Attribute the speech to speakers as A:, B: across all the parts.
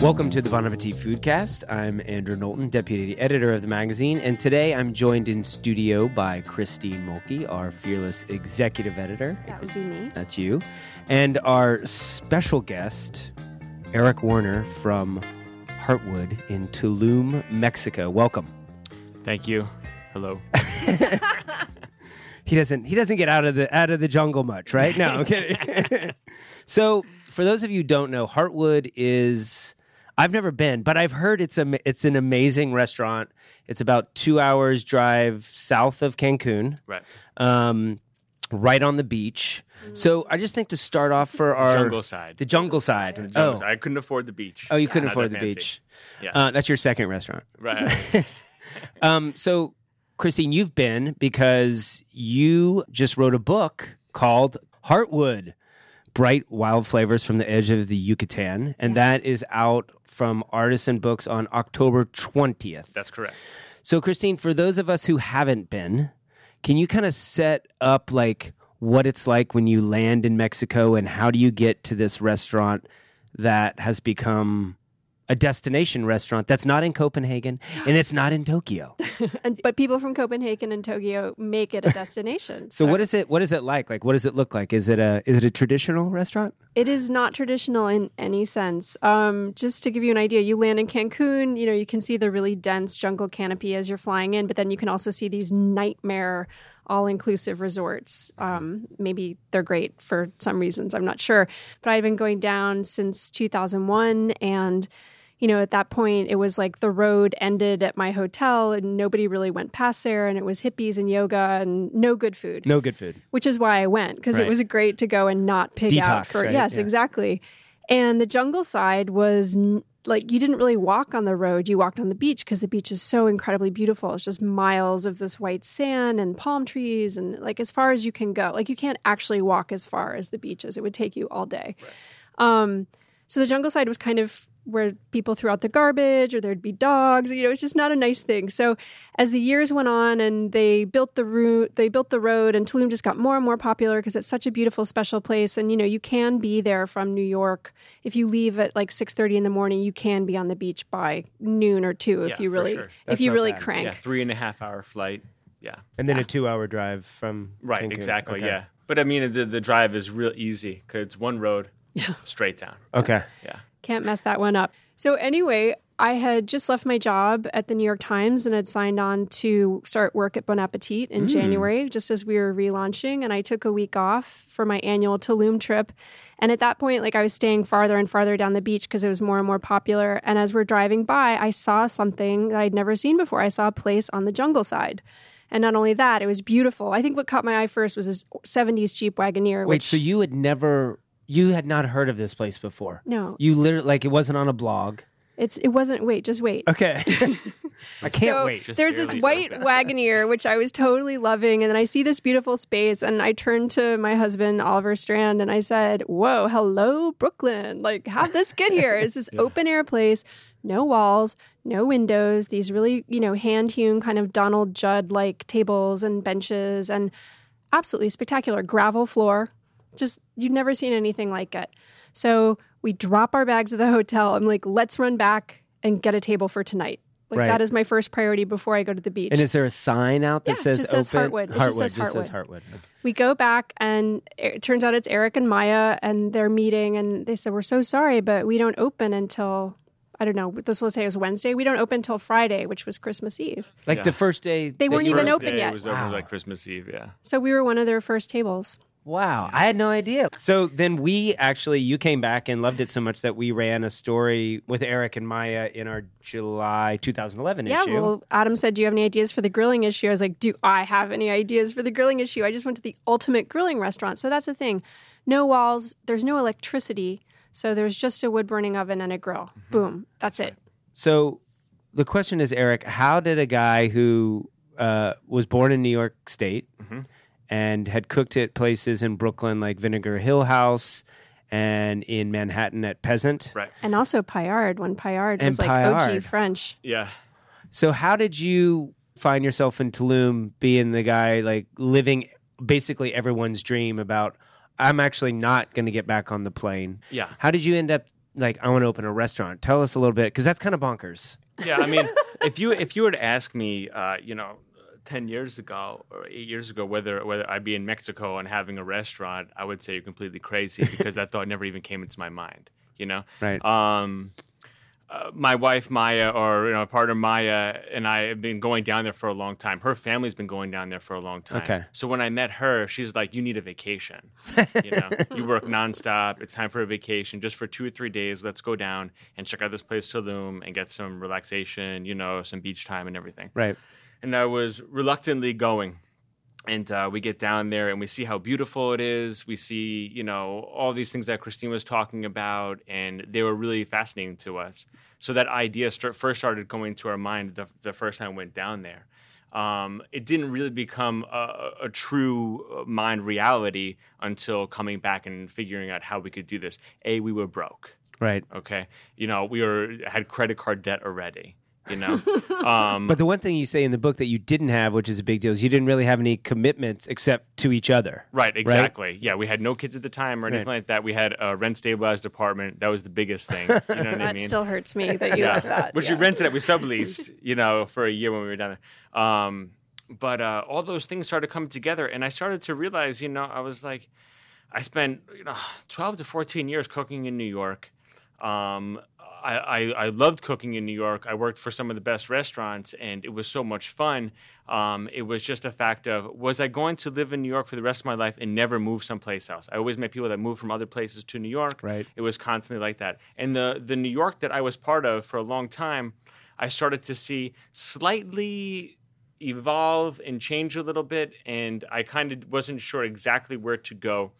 A: Welcome to the Bon Appetit Foodcast. I'm Andrew Knowlton, deputy editor of the magazine, and today I'm joined in studio by Christine Mulkey, our fearless executive editor.
B: That would be me.
A: That's you. And our special guest, Eric Warner from Heartwood in Tulum, Mexico. Welcome.
C: Thank you. Hello.
A: He doesn't he doesn't get out of the out of the jungle much, right? No, I'm kidding. so, for those of you who don't know, Heartwood is I've never been, but I've heard it's a it's an amazing restaurant. It's about 2 hours drive south of Cancun.
C: Right.
A: um, right on the beach. So I just think to start off for our
C: jungle side.
A: the jungle side.
C: Jungle
A: oh.
C: side. I couldn't afford the beach.
A: oh, you couldn't
C: Not
A: afford the
C: that fancy.
A: beach.
C: Yeah.
A: Uh, that's your second restaurant.
C: Right.
A: Um, so Christine, you've been because you just wrote a book called Heartwood. Bright wild flavors from the edge of the Yucatan, and that is out from Artisan Books on October 20th.
C: That's correct.
A: So, Christine, for those of us who haven't been, can you kind of set up like what it's like when you land in Mexico and how do you get to this restaurant that has become a destination restaurant that's not in Copenhagen and it's not in Tokyo?
B: And, but people from Copenhagen and Tokyo make it a destination.
A: So, what is it? What is it like? Like, what does it look like? Is it a is it a traditional restaurant?
B: It is not traditional in any sense. Um, just to give you an idea, you land in Cancun, you know, you can see the really dense jungle canopy as you're flying in, but then you can also see these nightmare all inclusive resorts. Um, maybe they're great for some reasons, I'm not sure. But I've been going down since 2001 and you know, at that point, it was like the road ended at my hotel and nobody really went past there. And it was hippies and yoga and no good food
A: No good food.
B: which is why I went because
A: Right.
B: it was great to go and not pig
A: Detox,
B: out for
A: right?
B: yes,
A: Yeah.
B: exactly. And the jungle side was n- like you didn't really walk on the road; you walked on the beach because the beach is so incredibly beautiful. It's just miles of this white sand and palm trees, and like as far as you can go. Like you can't actually walk as far as the beaches; it would take you all day. Um, so the jungle side was kind of where people threw out the garbage or there'd be dogs. You know, it's just not a nice thing. So as the years went on and they built the route, they built the road, and Tulum just got more and more popular because it's such a beautiful, special place. And you know, you can be there from New York if you leave at like six thirty in the morning. You can be on the beach by noon or two
C: Yeah,
B: if you
C: for
B: really
C: sure.
A: That's
B: if you
A: not
B: really
A: bad.
B: crank.
C: Yeah, three and a half hour flight. Yeah.
A: And then a two hour drive from
C: Right.
A: Cancun.
C: Exactly.
A: Okay.
C: Yeah. But I mean, the, the drive is real easy because it's one road, yeah. straight down.
A: Okay.
C: Yeah.
B: Can't mess that one up. So, anyway, I had just left my job at the New York Times and had signed on to start work at Bon Appetit
A: Hmm.
B: in January, just as we were relaunching. And I took a week off for my annual Tulum trip. And at that point, like I was staying farther and farther down the beach because it was more and more popular. And as we're driving by, I saw something that I'd never seen before. I saw a place on the jungle side. And not only that, it was beautiful. I think what caught my eye first was this 70s Jeep Wagoneer.
A: Wait.
B: which,
A: So you had never you had not heard of this place before.
B: no,
A: You literally like it wasn't on a blog.
B: it's it wasn't. Wait, just wait.
A: Okay. I can't
B: so
A: wait.
C: Just
B: there's this
C: barely
B: white
C: broke
B: Wagoneer, which I was totally loving. And then I see this beautiful space, and I turn to my husband, Oliver Strand, and I said, Whoa, hello, Brooklyn. Like, how'd this get here? It's this open air place, no walls, no windows, these really, you know, hand hewn kind of Donald Judd like tables and benches, and absolutely spectacular gravel floor. Just, you've never seen anything like it. So we drop our bags at the hotel. I'm like, Let's run back and get a table for tonight. Like
A: Right.
B: that is my first priority before I go to the beach.
A: And is there a sign out that
B: Yeah,
A: says
B: just says
A: open?
B: Heartwood. It just says
A: Heartwood.
B: we go back, and it turns out it's Eric and Maya, and they're meeting, and they said, "We're so sorry, but we don't open until." I don't know. This will say it was Wednesday. We don't open until Friday, which was Christmas Eve.
A: Like
C: Yeah.
A: the first day
B: They
A: that
B: weren't
A: you
B: even
C: First
B: open
C: day
B: yet.
C: was over
A: Wow.
C: like Christmas Eve. Yeah.
B: So we were one of their first tables.
A: Wow, I had no idea. So then we actually, you came back and loved it so much that we ran a story with Eric and Maya in our July 2011
B: yeah.
A: issue.
B: Well, Adam said, "Do you have any ideas for the grilling issue?" I was like, "Do I have any ideas for the grilling issue?" I just went to the ultimate grilling restaurant. So that's the thing. No walls. There's no electricity. So there's just a wood burning oven and a grill.
A: Mm-hmm.
B: Boom. That's it.
A: so the question is, Eric, how did a guy who uh, was born in New York State
C: Mhm.
A: and had cooked at places in Brooklyn like Vinegar Hill House and in Manhattan at Peasant?
C: Right.
B: And also Payard, when Payard
A: And
B: was like
A: Paillard.
B: OG French.
C: Yeah.
A: So how did you find yourself in Tulum being the guy like living basically everyone's dream about I'm actually not going to get back on the plane.
C: Yeah.
A: How did you end up like I want to open a restaurant. Tell us a little bit because that's kind of bonkers.
C: Yeah, I mean, if you if you were to ask me, uh, you know, ten years ago or eight years ago, whether whether I'd be in Mexico and having a restaurant, I would say you're completely crazy because that thought never even came into my mind. You know,
A: Right.
C: um, uh, my wife Maya, or you know, partner Maya, and I have been going down there for a long time. Her family's been going down there for a long time.
A: Okay.
C: So when I met her, she's like, "You need a vacation. You know, you work nonstop. It's time for a vacation, just for two or three days. Let's go down and check out this place Tulum and get some relaxation. You know, some beach time and everything."
A: right.
C: and I was reluctantly going. And uh, we get down there and we see how beautiful it is. We see, you know, all these things that Christine was talking about, and they were really fascinating to us. So that idea start, first started going to our mind the, the first time we went down there. Um, it didn't really become a, a true uh, mind reality until coming back and figuring out how we could do this. A, we were broke
A: Right.
C: okay you know we were had credit card debt already you know um
A: But the one thing you say in the book that you didn't have, which is a big deal, is you didn't really have any commitments except to each other.
C: Right, exactly. Yeah, we had no kids at the time or anything like that. We had a rent stabilized apartment. That was the biggest thing. You know what I
B: That
C: mean?
B: still hurts me that you left that.
C: Which
B: yeah.
C: we rented it, we subleased, you know, for a year when we were down there. Um, but uh, all those things started coming together, and I started to realize, you know, I was like, I spent you know twelve to fourteen years cooking in New York. Um, I, I I loved cooking in New York. I worked for some of the best restaurants, and it was so much fun. Um, it was just a fact of was I going to live in New York for the rest of my life and never move someplace else? I always met people that moved from other places to New York.
A: Right.
C: It was constantly like that. And the the New York that I was part of for a long time, I started to see slightly evolve and change a little bit, and I kind of wasn't sure exactly where to go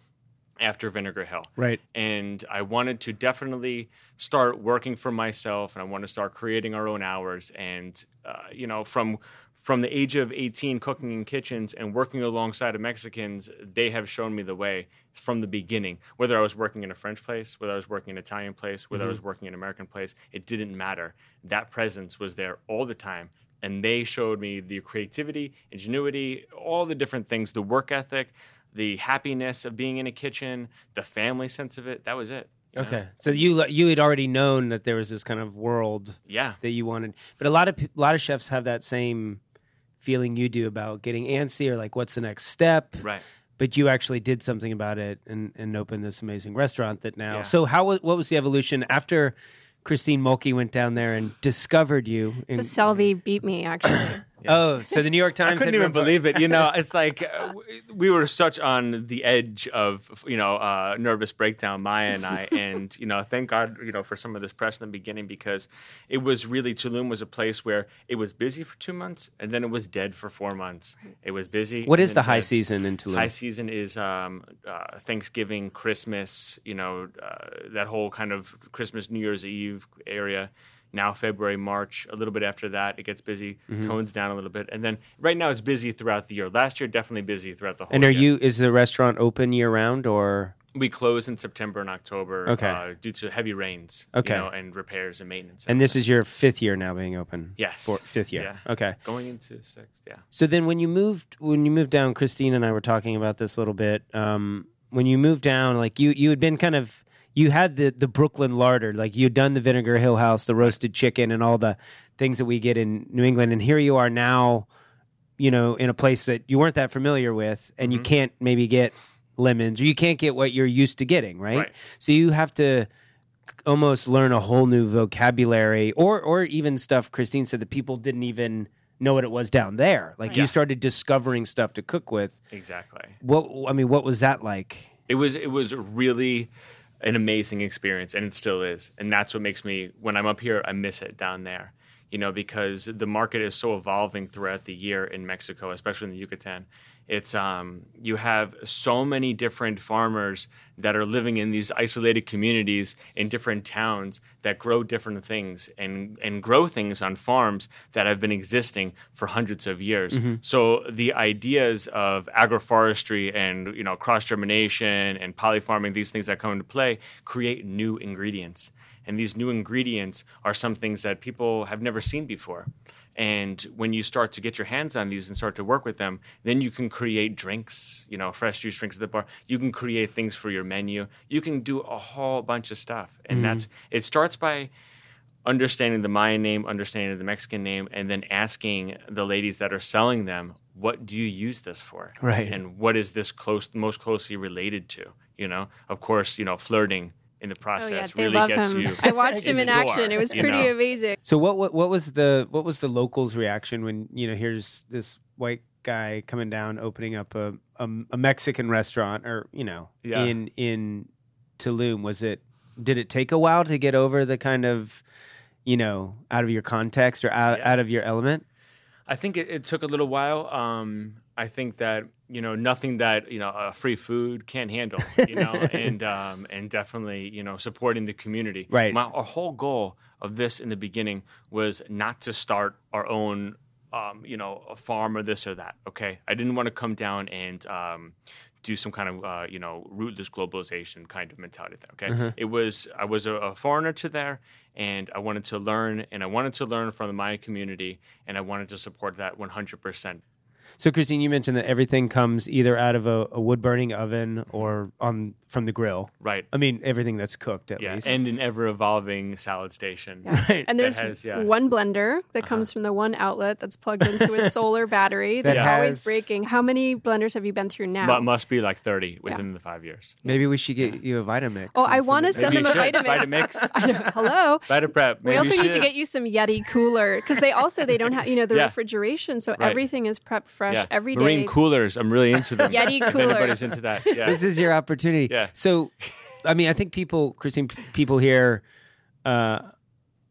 C: after Vinegar Hill.
A: Right.
C: And I wanted to definitely start working for myself, and I want to start creating our own hours. And uh, you know, from from the age of 18, cooking in kitchens and working alongside of Mexicans, they have shown me the way from the beginning. Whether I was working in a French place, whether I was working in an Italian place, whether I was working in an American place, it didn't matter. That presence was there all the time. And they showed me the creativity, ingenuity, all the different things, the work ethic, the happiness of being in a kitchen, the family sense of it. That was it. you know?
A: Okay. So you you had already known that there was this kind of world
C: Yeah.
A: that you wanted, but a lot of pe- a lot of chefs have that same feeling you do about getting antsy or like what's the next step.
C: Right.
A: But you actually did something about it and and opened this amazing restaurant that now.
C: Yeah.
A: So how wa- what was the evolution after Christine Mulkey went down there and discovered you? In,
B: The Selby beat me actually.
A: Oh, so the New York Times
C: I
A: had
C: couldn't even
A: rep-
C: believe it. You know, it's like uh, w- we were such on the edge of you know uh, nervous breakdown, Maya and I, and you know, thank God you know for some of this press in the beginning because it was really Tulum was a place where it was busy for two months and then it was dead for four months. It was busy.
A: What
C: and
A: is
C: then
A: the high
C: dead.
A: season in Tulum?
C: High season is um, uh, Thanksgiving, Christmas, you know, uh, that whole kind of Christmas, New Year's Eve area. Now, February, March, a little bit after that, it gets busy,
A: Mm-hmm.
C: tones down a little bit. And then right now, it's busy throughout the year. Last year, definitely busy throughout the whole
A: and are
C: year.
A: you is the restaurant open year round or
C: We close in September and October
A: Okay.
C: uh, due to heavy rains
A: Okay.
C: you know, and repairs and maintenance.
A: and this is your fifth year now being open?
C: Yes.
A: For fifth year.
C: Yeah.
A: Okay.
C: going into sixth, yeah.
A: So then, when you moved, when you moved down, Christine and I were talking about this a little bit. Um, when you moved down, like you, you had been kind of, you had the the Brooklyn larder, like you'd done the Vinegar Hill House, the roasted chicken, and all the things that we get in New England. And here you are now, you know, in a place that you weren't that familiar with, and you can't maybe get lemons, or you can't get what you're used to getting, right?
C: Right.
A: So you have to almost learn a whole new vocabulary or or even stuff Christine said that people didn't even know what it was down there. Like you
C: Yeah.
A: started discovering stuff to cook with.
C: Exactly.
A: What I mean, what was that like?
C: It was it was really an amazing experience, and it still is. And that's what makes me when I'm up here, I miss it down there. You know, because the market is so evolving throughout the year in Mexico, especially in the Yucatan. It's um, you have so many different farmers that are living in these isolated communities in different towns that grow different things and and grow things on farms that have been existing for hundreds of years. So the ideas of agroforestry and you know cross germination and polyfarming, these things that come into play, create new ingredients. And these new ingredients are some things that people have never seen before. And when you start to get your hands on these and start to work with them, then you can create drinks, you know, fresh juice drinks at the bar. You can create things for your menu. You can do a whole bunch of stuff, and that's it. Starts by understanding the Mayan name, understanding the Mexican name, and then asking the ladies that are selling them, "What do you use this for?"
A: Right.
C: And what is this close, most closely related to? You know, of course, you know, flirting in the
B: Oh
C: process
B: yeah, they
C: really
B: love
C: gets
B: him.
C: you.
B: I watched him in
C: Explore,
B: action. It was
C: you
B: pretty
C: know?
B: amazing.
A: So what, what what was the what was the locals' reaction when you know here's this white guy coming down opening up a a, a Mexican restaurant or you know
C: Yeah.
A: in in Tulum? Was it did it take a while to get over the kind of you know out of your context or out,
C: Yeah.
A: out of your element?
C: I think it, it took a little while. Um, I think that you know nothing that you know uh, free food can't handle. You know, and um, and definitely you know supporting the community.
A: Right.
C: My our whole goal of this in the beginning was not to start our own. Um, you know, a farm or this or that. Okay, I didn't want to come down and um, do some kind of uh, you know rootless globalization kind of mentality. There, okay,
A: Uh-huh.
C: it was I was a, a foreigner to there, and I wanted to learn, and I wanted to learn from the Maya community, and I wanted to support that 100. percent
A: So Christine, you mentioned that everything comes either out of a, a wood burning oven or on from the grill.
C: Right.
A: I mean everything that's cooked at
C: Yeah.
A: least.
C: And an ever evolving salad station.
B: Yeah.
A: Right.
B: And there's
C: has- yeah. Uh-huh.
B: one blender that comes from the one outlet that's plugged into a solar battery
A: That
B: that's always
A: has-
B: breaking. How many blenders have you been through now?
C: But must be like 30 within the five years.
A: Maybe we should get you a Vitamix.
B: Oh, I
A: and
B: want to
A: it-
B: send
C: Maybe
B: them a
C: you should.
B: Vitamix.
C: Vitamix.
B: I know. Hello.
C: Better prep.
B: We also need to get you some Yeti cooler because they also they don't have you know the
C: Yeah.
B: refrigeration, so
C: Right.
B: everything is prepped fresh every day.
C: Marine coolers. I'm really into them.
B: Yeti
C: If
B: coolers.
C: Anybody's into that? Yeah.
A: this is your opportunity.
C: Yeah.
A: So, I mean, I think people, Christine, p- people hear uh,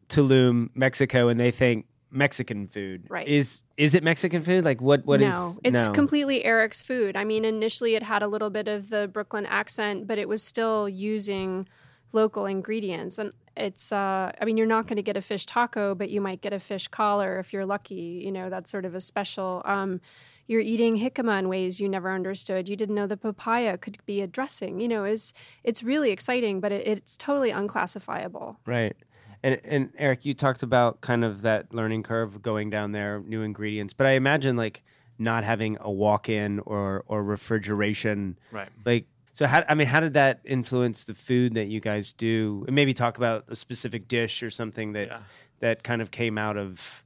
A: Tulum, Mexico, and they think Mexican food.
B: Right.
A: Is is it Mexican food? Like what? What is?
B: no, it's completely Eric's food. I mean, initially it had a little bit of the Brooklyn accent, but it was still using local ingredients. And it's, uh, I mean, you're not going to get a fish taco, but you might get a fish collar if you're lucky. You know, that's sort of a special. Um, you're eating jicama in ways you never understood. You didn't know the papaya could be a dressing. You know, it's it's really exciting, but it, it's totally unclassifiable.
A: right. And and Eric, you talked about kind of that learning curve going down there, new ingredients, but I imagine like not having a walk-in or or refrigeration
C: Right.
A: like so how i mean how did that influence the food that you guys do and maybe talk about a specific dish or something that
C: Yeah.
A: that kind of came out of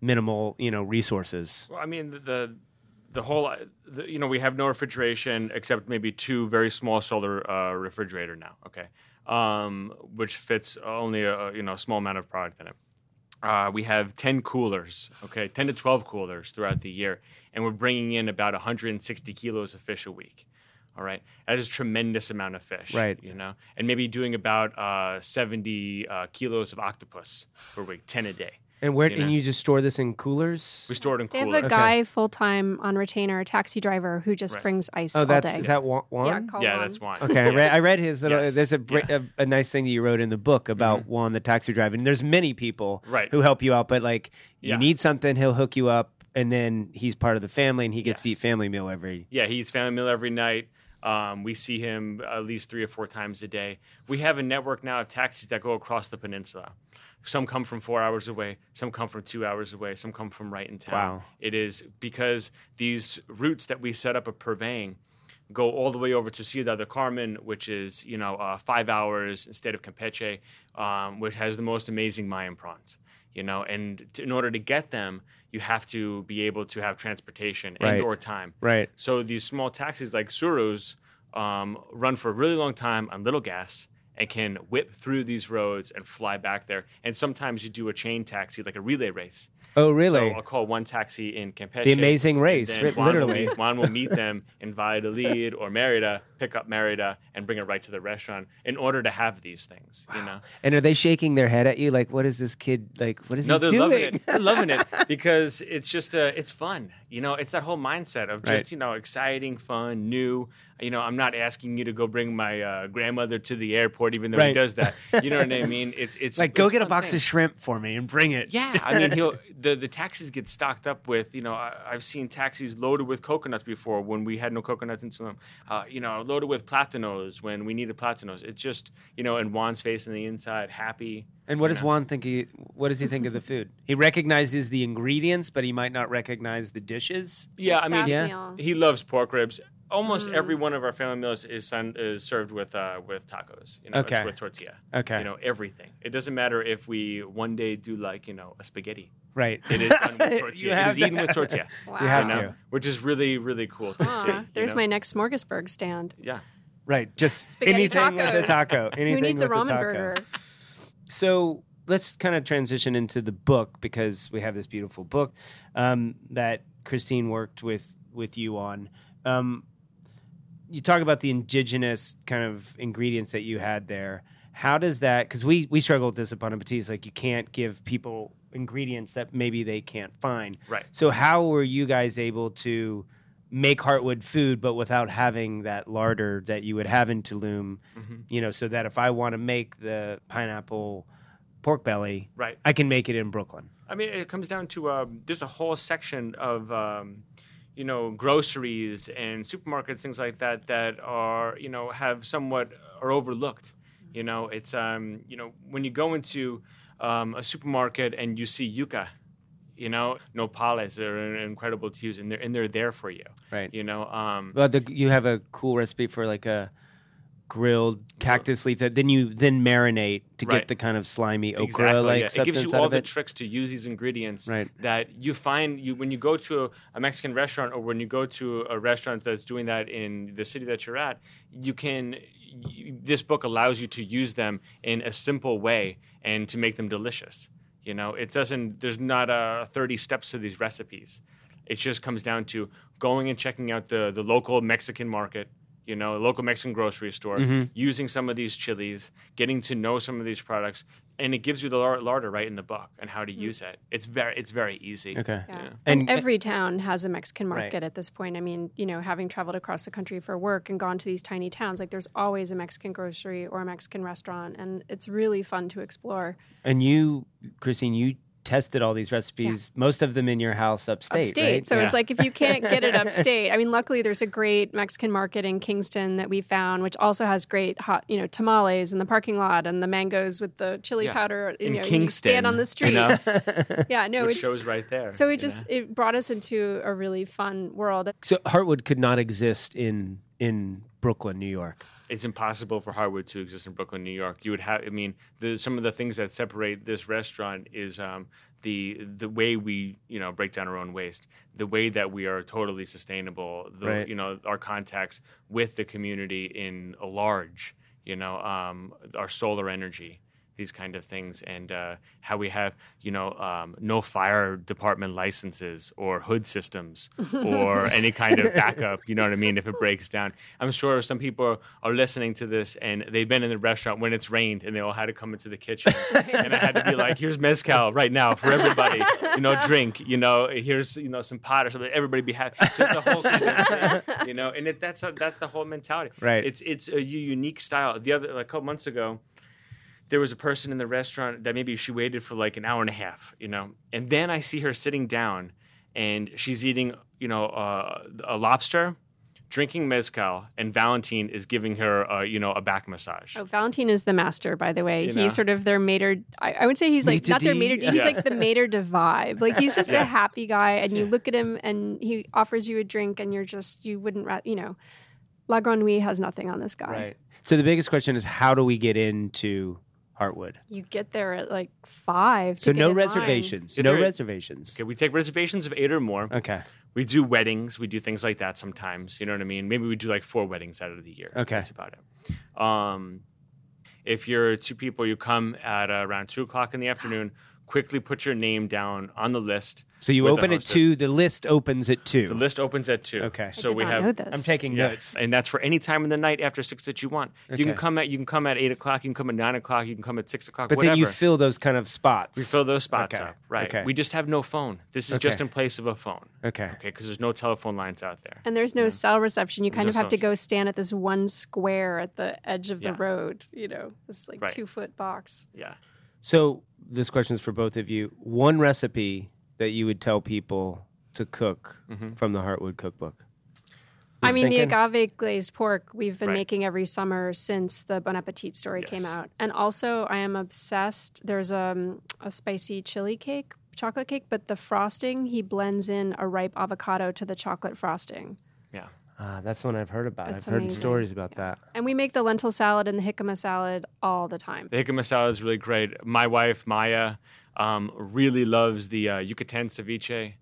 A: minimal you know resources
C: Well, I mean the- the the whole uh, the, you know we have no refrigeration except maybe two very small solar uh, refrigerator now. Okay, um, which fits only a you know a small amount of product in it. Uh, we have 10 coolers, okay, 10 to 12 coolers throughout the year, and we're bringing in about 160 kilos of fish a week. All right, that is a tremendous amount of fish,
A: Right.
C: You know, and maybe doing about uh, 70 uh, kilos of octopus per week, 10 a day.
A: and where
C: You know.
A: and you just store this in coolers
C: We store it in
B: They have
C: coolers.
B: a guy full time on retainer, taxi driver, who just
C: Right.
B: brings ice
A: oh
B: all
A: that's
B: day.
A: is that one
B: yeah, call
C: yeah,
B: Juan.
C: that's wine.
A: okay I
C: Yeah.
A: read, I read his little
C: Yes. Mm-hmm.
A: there's a, br- a a nice thing that you wrote in the book about juan the taxi driver and there's many people
C: Right.
A: who help you out but like you
C: Yeah.
A: need something he'll hook you up and then he's part of the family and he gets to eat
C: Yes.
A: family meal every
C: Yeah, he eats family meal every night. Um, we see him at least three or four times a day. We have a network now of taxis that go across the peninsula. Some come from four hours away, some come from two hours away, some come from right in town.
A: Wow.
C: It is because these routes that we set up of purveying go all the way over to Ciudad del Carmen, which is, you know, uh, five hours instead of Campeche, um, which has the most amazing Mayan prawns. You know, and to, in order to get them, you have to be able to have transportation
A: Right.
C: and or time.
A: right
C: So these small taxis like Surus um, run for a really long time on little gas and can whip through these roads and fly back there. And sometimes you do a chain taxi, like a relay race.
A: oh really
C: So I'll call one taxi in Campeche.
A: The amazing
C: and
A: race,
C: then
A: ri-
C: Juan
A: literally.
C: Will, Juan will meet them in Valladolid or Merida, pick up Merida, and bring it right to the restaurant in order to have these things, you know?
A: And are they shaking their head at you like, what is this kid like? What is
C: No,
A: he
C: they're
A: doing?
C: loving it. They're loving it because it's just uh, it's fun. You know, it's that whole mindset of just
A: Right.
C: you know exciting, fun, new. You know, I'm not asking you to go bring my uh, grandmother to the airport, even though
A: Right.
C: he does that. You know what I mean? It's it's
A: Like, go
C: it's
A: get a
C: fun
A: box
C: things.
A: of shrimp for me and bring it.
C: Yeah, I mean, he'll, the the taxis get stocked up with. You know, I, I've seen taxis loaded with coconuts before when we had no coconuts in Tulum. Uh, you know, loaded with platanos when we needed platanos. It's just you know, and Juan's face on the inside, happy.
A: And what does Juan think? He, what does he think of the food? He recognizes the ingredients, but he might not recognize the dishes.
C: Yeah, I mean,
B: Staff
A: yeah.
B: meal.
C: He loves pork ribs.
B: Hmm.
C: almost every one of our family meals is, sun, is served with uh, with tacos. You know, it's
A: Okay.
C: with tortilla.
A: Okay.
C: You know everything. It doesn't matter if we one day do like you know a spaghetti.
A: right.
C: It is done with
A: You
C: tortilla. It
A: have
C: is eaten
A: to-
C: with tortilla.
B: Wow.
A: have
C: you know?
A: to.
C: Which is really really cool to
B: Huh.
C: see. you
B: There's
C: know?
B: my next smorgasburg stand.
C: yeah.
A: Right. Just
B: Spaghetti
A: anything with a
B: tacos.
A: taco. Anything
B: Who needs a
A: with
B: ramen
A: taco.
B: burger?
A: So let's kind of transition into the book because we have this beautiful book um, that Christine worked with with you on. Um, you talk about the indigenous kind of ingredients that you had there. How does that? Because we we struggle with this at Bon Appetit. It's like you can't give people ingredients that maybe they can't find.
C: Right.
A: So how were you guys able to make heartwood food, but without having that larder that you would have in Tulum?
C: Mhm.
A: you know, so that if I want to make the pineapple pork belly,
C: Right.
A: I can make it in Brooklyn.
C: I mean, it comes down to um, there's a whole section of um, you know groceries and supermarkets, things like that, that are you know have somewhat are overlooked. You know, it's um, you know when you go into um, a supermarket and you see yuca, you know nopales are incredible to use, and they're and they're there for you.
A: Right.
C: You know, um,
A: Well, the, you have a cool recipe for like a grilled cactus leaf that then you then marinate to
C: Right.
A: get the kind of slimy okra
C: Exactly.
A: like
C: yeah. It
A: substance
C: gives you
A: out
C: all
A: of
C: the
A: it.
C: tricks to use these ingredients
A: Right.
C: that you find you when you go to a, a Mexican restaurant or when you go to a restaurant that's doing that in the city that you're at. You can. You, this book allows you to use them in a simple way and to make them delicious. You know, it doesn't. There's not uh, 30 steps to these recipes. It just comes down to going and checking out the the local Mexican market. You know, local Mexican grocery store,
A: Mm-hmm.
C: using some of these chilies, getting to know some of these products, and it gives you the lar- larder right in the book and how to
B: Mm.
C: use it. It's very it's very easy.
A: Okay.
B: Yeah.
C: Yeah.
B: And,
A: And-
B: every town has a Mexican
A: Right.
B: market at this point. I mean, you know, having traveled across the country for work and gone to these tiny towns, like there's always a Mexican grocery or a Mexican restaurant, and it's really fun to explore
A: And you, Christine, you tested all these recipes, most of them in your house upstate.
B: upstate.
A: right?
B: So
C: Yeah.
B: it's like if you can't get it upstate, I mean, luckily there's a great Mexican market in Kingston that we found, which also has great hot, you know, tamales in the parking lot and the mangoes with the chili
C: Yeah.
B: powder. You
C: In
B: know, you
C: Kingston,
B: stand on the street.
C: you know,
B: Yeah, no,
C: which
B: it's
C: shows right there.
B: so
C: you
B: it just
C: know.
B: it brought us into a really fun world.
A: so Heartwood could not exist in in Brooklyn, New York.
C: it's impossible for hardwood to exist in Brooklyn, New York. You would have, I mean, the, some of the things that separate this restaurant is um, the the way we, you know, break down our own waste, the way that we are totally sustainable, the,
A: Right.
C: you know, our contacts with the community in a large, you know, um, our solar energy. These kind of things, and uh, how we have, you know, um, no fire department licenses or hood systems or any kind of backup. You know what I mean? If it breaks down, I'm sure some people are listening to this and they've been in the restaurant when it's rained and they all had to come into the kitchen. and I had to be like, here's mezcal right now for everybody. You know, drink. You know, here's you know some pot or something. Everybody be happy. So the whole thing, you know, and it, that's that's the whole mentality.
A: Right.
C: It's it's a u- unique style. The other a couple months ago there was a person in the restaurant that maybe she waited for like an hour and a half, you know. And then I see her sitting down and she's eating, you know, uh, a lobster, drinking mezcal, and Valentine is giving her, uh, you know, a back massage.
B: Oh, Valentine is the master, by the way.
C: You
B: he's
C: know.
B: sort of their mater. I, I would say he's like
A: Maitre
B: not their
A: d'.
B: mater. d', He's
C: Yeah.
B: like the mater de vibe. Like he's just
C: Yeah.
B: a happy guy, and you look at him, and he offers you a drink, and you're just you wouldn't, ra- you know. La Grenouille has nothing on this guy.
A: Right. So the biggest question is how do we get into Heartwood?
B: You get there at like five. to
A: So
B: get
A: no
B: in line.
A: reservations.
C: Is
A: No
C: there a-
A: reservations.
C: Okay, we take reservations of eight or more.
A: Okay.
C: We do weddings. We do things like that sometimes. You know what I mean? Maybe we do like four weddings out of the year.
A: Okay.
C: That's about it. Um, if you're two people, you come at uh, around two o'clock in the afternoon. Quickly put your name down on the list.
A: So you
C: With the
A: open at
C: hostess.
A: two. The list opens at two.
C: The list opens at two.
A: Okay. I
B: I
C: So
B: did
C: we
B: not
C: have
B: know this.
A: I'm taking
C: Yeah.
A: notes.
C: and that's for any time in the night after six that you want. You can
A: Okay.
C: come at you can come at eight o'clock, you can come at nine o'clock, you can come at six o'clock,
A: But
C: whatever.
A: then you fill those kind of spots.
C: we fill those spots
A: Okay.
C: up, right?
A: Okay.
C: We just have no phone. This is just
A: Okay.
C: in place of a phone,
A: Okay.
C: okay? Because there's no telephone lines out there.
B: And there's no cell reception. You kind
C: no
B: of have
C: cell
B: to go stand at this one square at the edge of the
C: Yeah.
B: road. You know, this like
C: Right.
B: two foot box.
C: Yeah.
A: So this question is for both of you. One recipe that you would tell people to cook
C: Mm-hmm.
A: from the Heartwood cookbook.
B: I mean,
A: thinking?
B: the agave glazed pork we've been
C: Right.
B: making every summer since the Bon Appetit story came
C: Yes.
B: out. And also, I am obsessed. There's um, a spicy chili cake, chocolate cake, but the frosting, he blends in a ripe avocado to the chocolate frosting.
C: Yeah.
A: Ah, that's one I've heard about.
B: It's
A: I've heard
B: amazing.
A: stories about that.
B: And we make the lentil salad and the jicama salad all the time.
C: The jicama salad is really great. My wife Maya um, really loves the uh, Yucatan ceviche,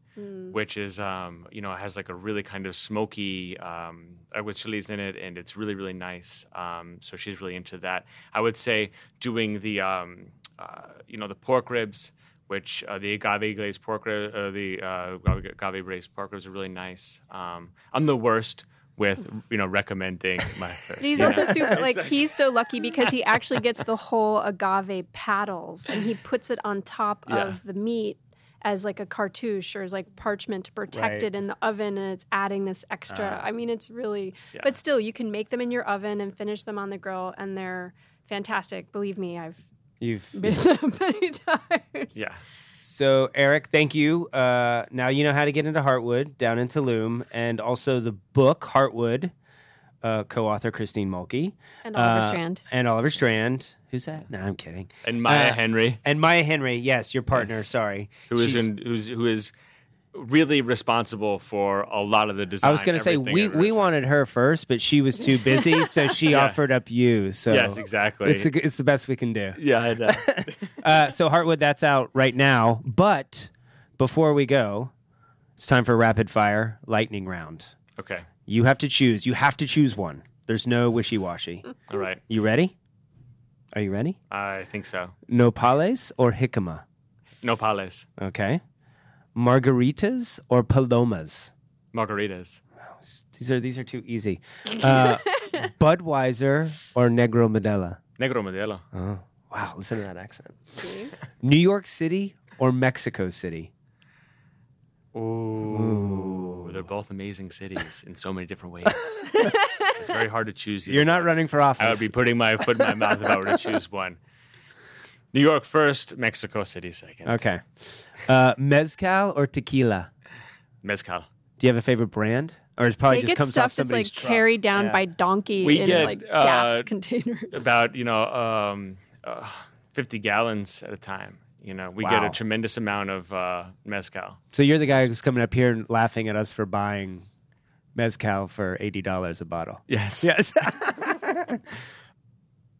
C: which is um, you know it has like a really kind of smoky um, uh, with chilies in it, and it's really really nice. Um, so she's really into that. I would say doing the um, uh, you know the pork ribs. Which uh, the agave glazed pork, rib, uh, the uh, agave- agave glazed pork ribs are really nice. Um, I'm the worst with you know recommending my.
B: But he's also super like he's so lucky because he actually gets the whole agave paddles and he puts it on top
C: Yeah.
B: of the meat as like a cartouche or as like parchment to protect
A: Right.
B: it in the oven and it's adding this extra.
A: Ah.
B: I mean it's really
C: Yeah.
B: but still you can make them in your oven and finish them on the grill and they're fantastic. Believe me, I've
A: You've
B: been them many times.
C: yeah.
A: so Eric, thank you. Uh, now you know how to get into Heartwood down in Tulum, and also the book Heartwood, uh, co-author Christine Mulkey
B: And Oliver
A: Uh,
B: Strand.
A: and Oliver Strand. Who's that? No, I'm kidding.
C: And Maya
A: Uh,
C: Henry.
A: And Maya Henry, yes, your partner.
C: Yes.
A: Sorry,
C: who is
A: She's-
C: in, who's who is really responsible for a lot of the design.
A: I was going to say
C: everything,
A: we,
C: everything.
A: we wanted her first, but she was too busy, so she
C: Yeah.
A: offered up you. So
C: yes, exactly.
A: it's the, it's the best we can do.
C: yeah, I know.
A: Uh, so Heartwood, that's out right now. But before we go, it's time for rapid fire lightning round.
C: okay,
A: You have to choose. You have to choose one. There's no wishy washy.
C: all right.
A: You ready? Are you ready?
C: I think so.
A: Nopales or jicama?
C: Nopales,
A: Okay. Margaritas or palomas?
C: margaritas,
A: These are these are too easy. Uh, Budweiser or Negro Modelo?
C: Negro Modelo,
A: Oh, wow! Listen to that accent.
B: See?
A: New York City or Mexico City?
C: Ooh, they're both amazing cities in so many different ways. it's very hard to choose. either
A: You're not
C: one.
A: running for office.
C: I would be putting my foot in my mouth if I were to choose one. New York first, Mexico City second.
A: okay. Uh, mezcal or tequila?
C: Mezcal.
A: Do you have a favorite brand, or it probably
B: They
A: just
B: get
A: comes
B: stuff
A: off
B: that's
A: somebody's
B: like
A: truck?
B: carried down
A: Yeah.
B: by donkey
C: We
B: in
C: get,
B: like gas
C: uh,
B: containers.
C: about you know um, uh, 50 gallons at a time you know we get
A: Wow.
C: a tremendous amount of uh, mezcal
A: So you're the guy who's coming up here and laughing at us for buying mezcal for eighty dollars a bottle.
C: yes
A: Yes.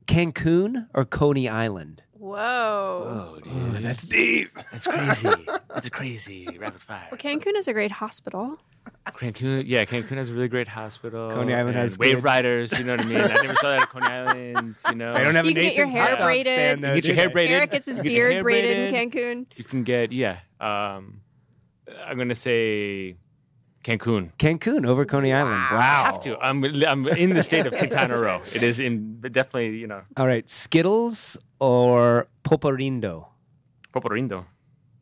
A: Cancun or Coney Island?
B: Whoa.
C: dude.
A: that's deep.
C: that's crazy that's a crazy rapid fire
B: Cancun is a great hospital.
C: cancun yeah cancun has a really great hospital
A: Coney Island
C: and
A: has
C: wave
A: good-
C: riders you know what i mean i never saw that at coney island you know
A: I don't have
B: You
A: an
B: can get your
A: Nathan's
B: hair
A: hot dog
B: braided.
A: stand,
C: You
A: though,
C: get your
A: do
C: hair
A: they?
C: braided.
B: Eric gets his
C: You get your
B: beard
C: hair
B: braided in Cancun.
C: you can get yeah um, i'm gonna say cancun
A: Cancun over Coney Island. Wow.
C: I have to. I'm, I'm in the state of Quintana Roo. It is in definitely, you know,
A: All right. Skittles or Poporindo?
C: Poporindo.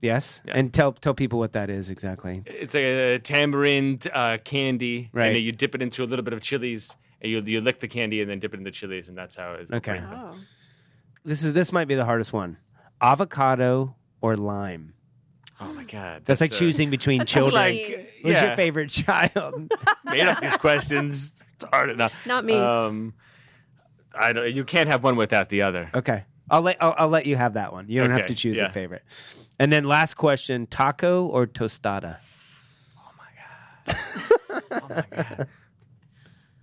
A: Yes.
C: Yeah.
A: And tell tell people what that is exactly.
C: It's a tamarind uh, candy,
A: Right.
C: and then you dip it into a little bit of chilies, and you you lick the candy and then dip it in the chilies, and that's how it is.
A: Okay.
B: Oh.
A: This is this might be the hardest one. Avocado or lime?
C: Oh my god,
A: That's, like
C: uh,
A: choosing between
C: it's
A: children.
C: Like,
B: Children.
A: Who's
C: yeah,
A: your favorite child?
C: made up these questions. It's hard enough.
B: Not me.
C: Um, I don't. You can't have one without the other.
A: okay. I'll let I'll, I'll let you have that one. You don't have
C: Okay,
A: to choose
C: yeah.
A: a favorite. And then last question, taco or tostada?
C: Oh my god.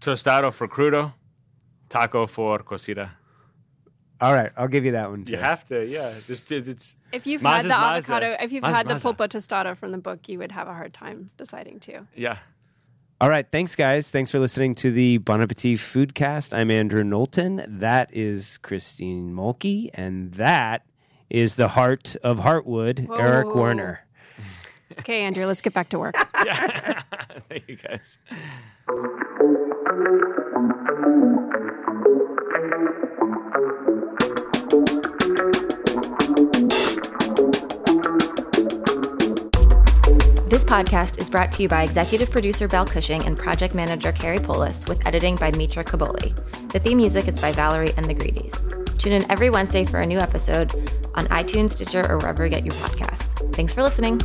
C: Tostado for crudo, taco for cocida.
A: All right, I'll give you that one too.
C: You have to, yeah. There's, it's
B: If you've
C: Maz
B: had
C: is
B: the
C: Maza.
B: avocado, if you've
C: Maz is
B: had the
C: Maza.
B: pulpa tostada from the book, you would have a hard time deciding too.
C: yeah.
A: All right, thanks guys. Thanks for listening to the Bon Appetit Foodcast. I'm Andrew Knowlton. That is Christine Mulkey, and that is the heart of Heartwood, Eric
B: Whoa.
A: Werner.
B: Okay, Andrew, let's get back to work.
C: yeah. Thank you guys.
D: This podcast is brought to you by executive producer Belle Cushing and project manager Carrie Polis, with editing by Mitra Kaboli. The theme music is by Valerie and the Greedies. Tune in every Wednesday for a new episode on iTunes, Stitcher, or wherever you get your podcasts. Thanks for listening.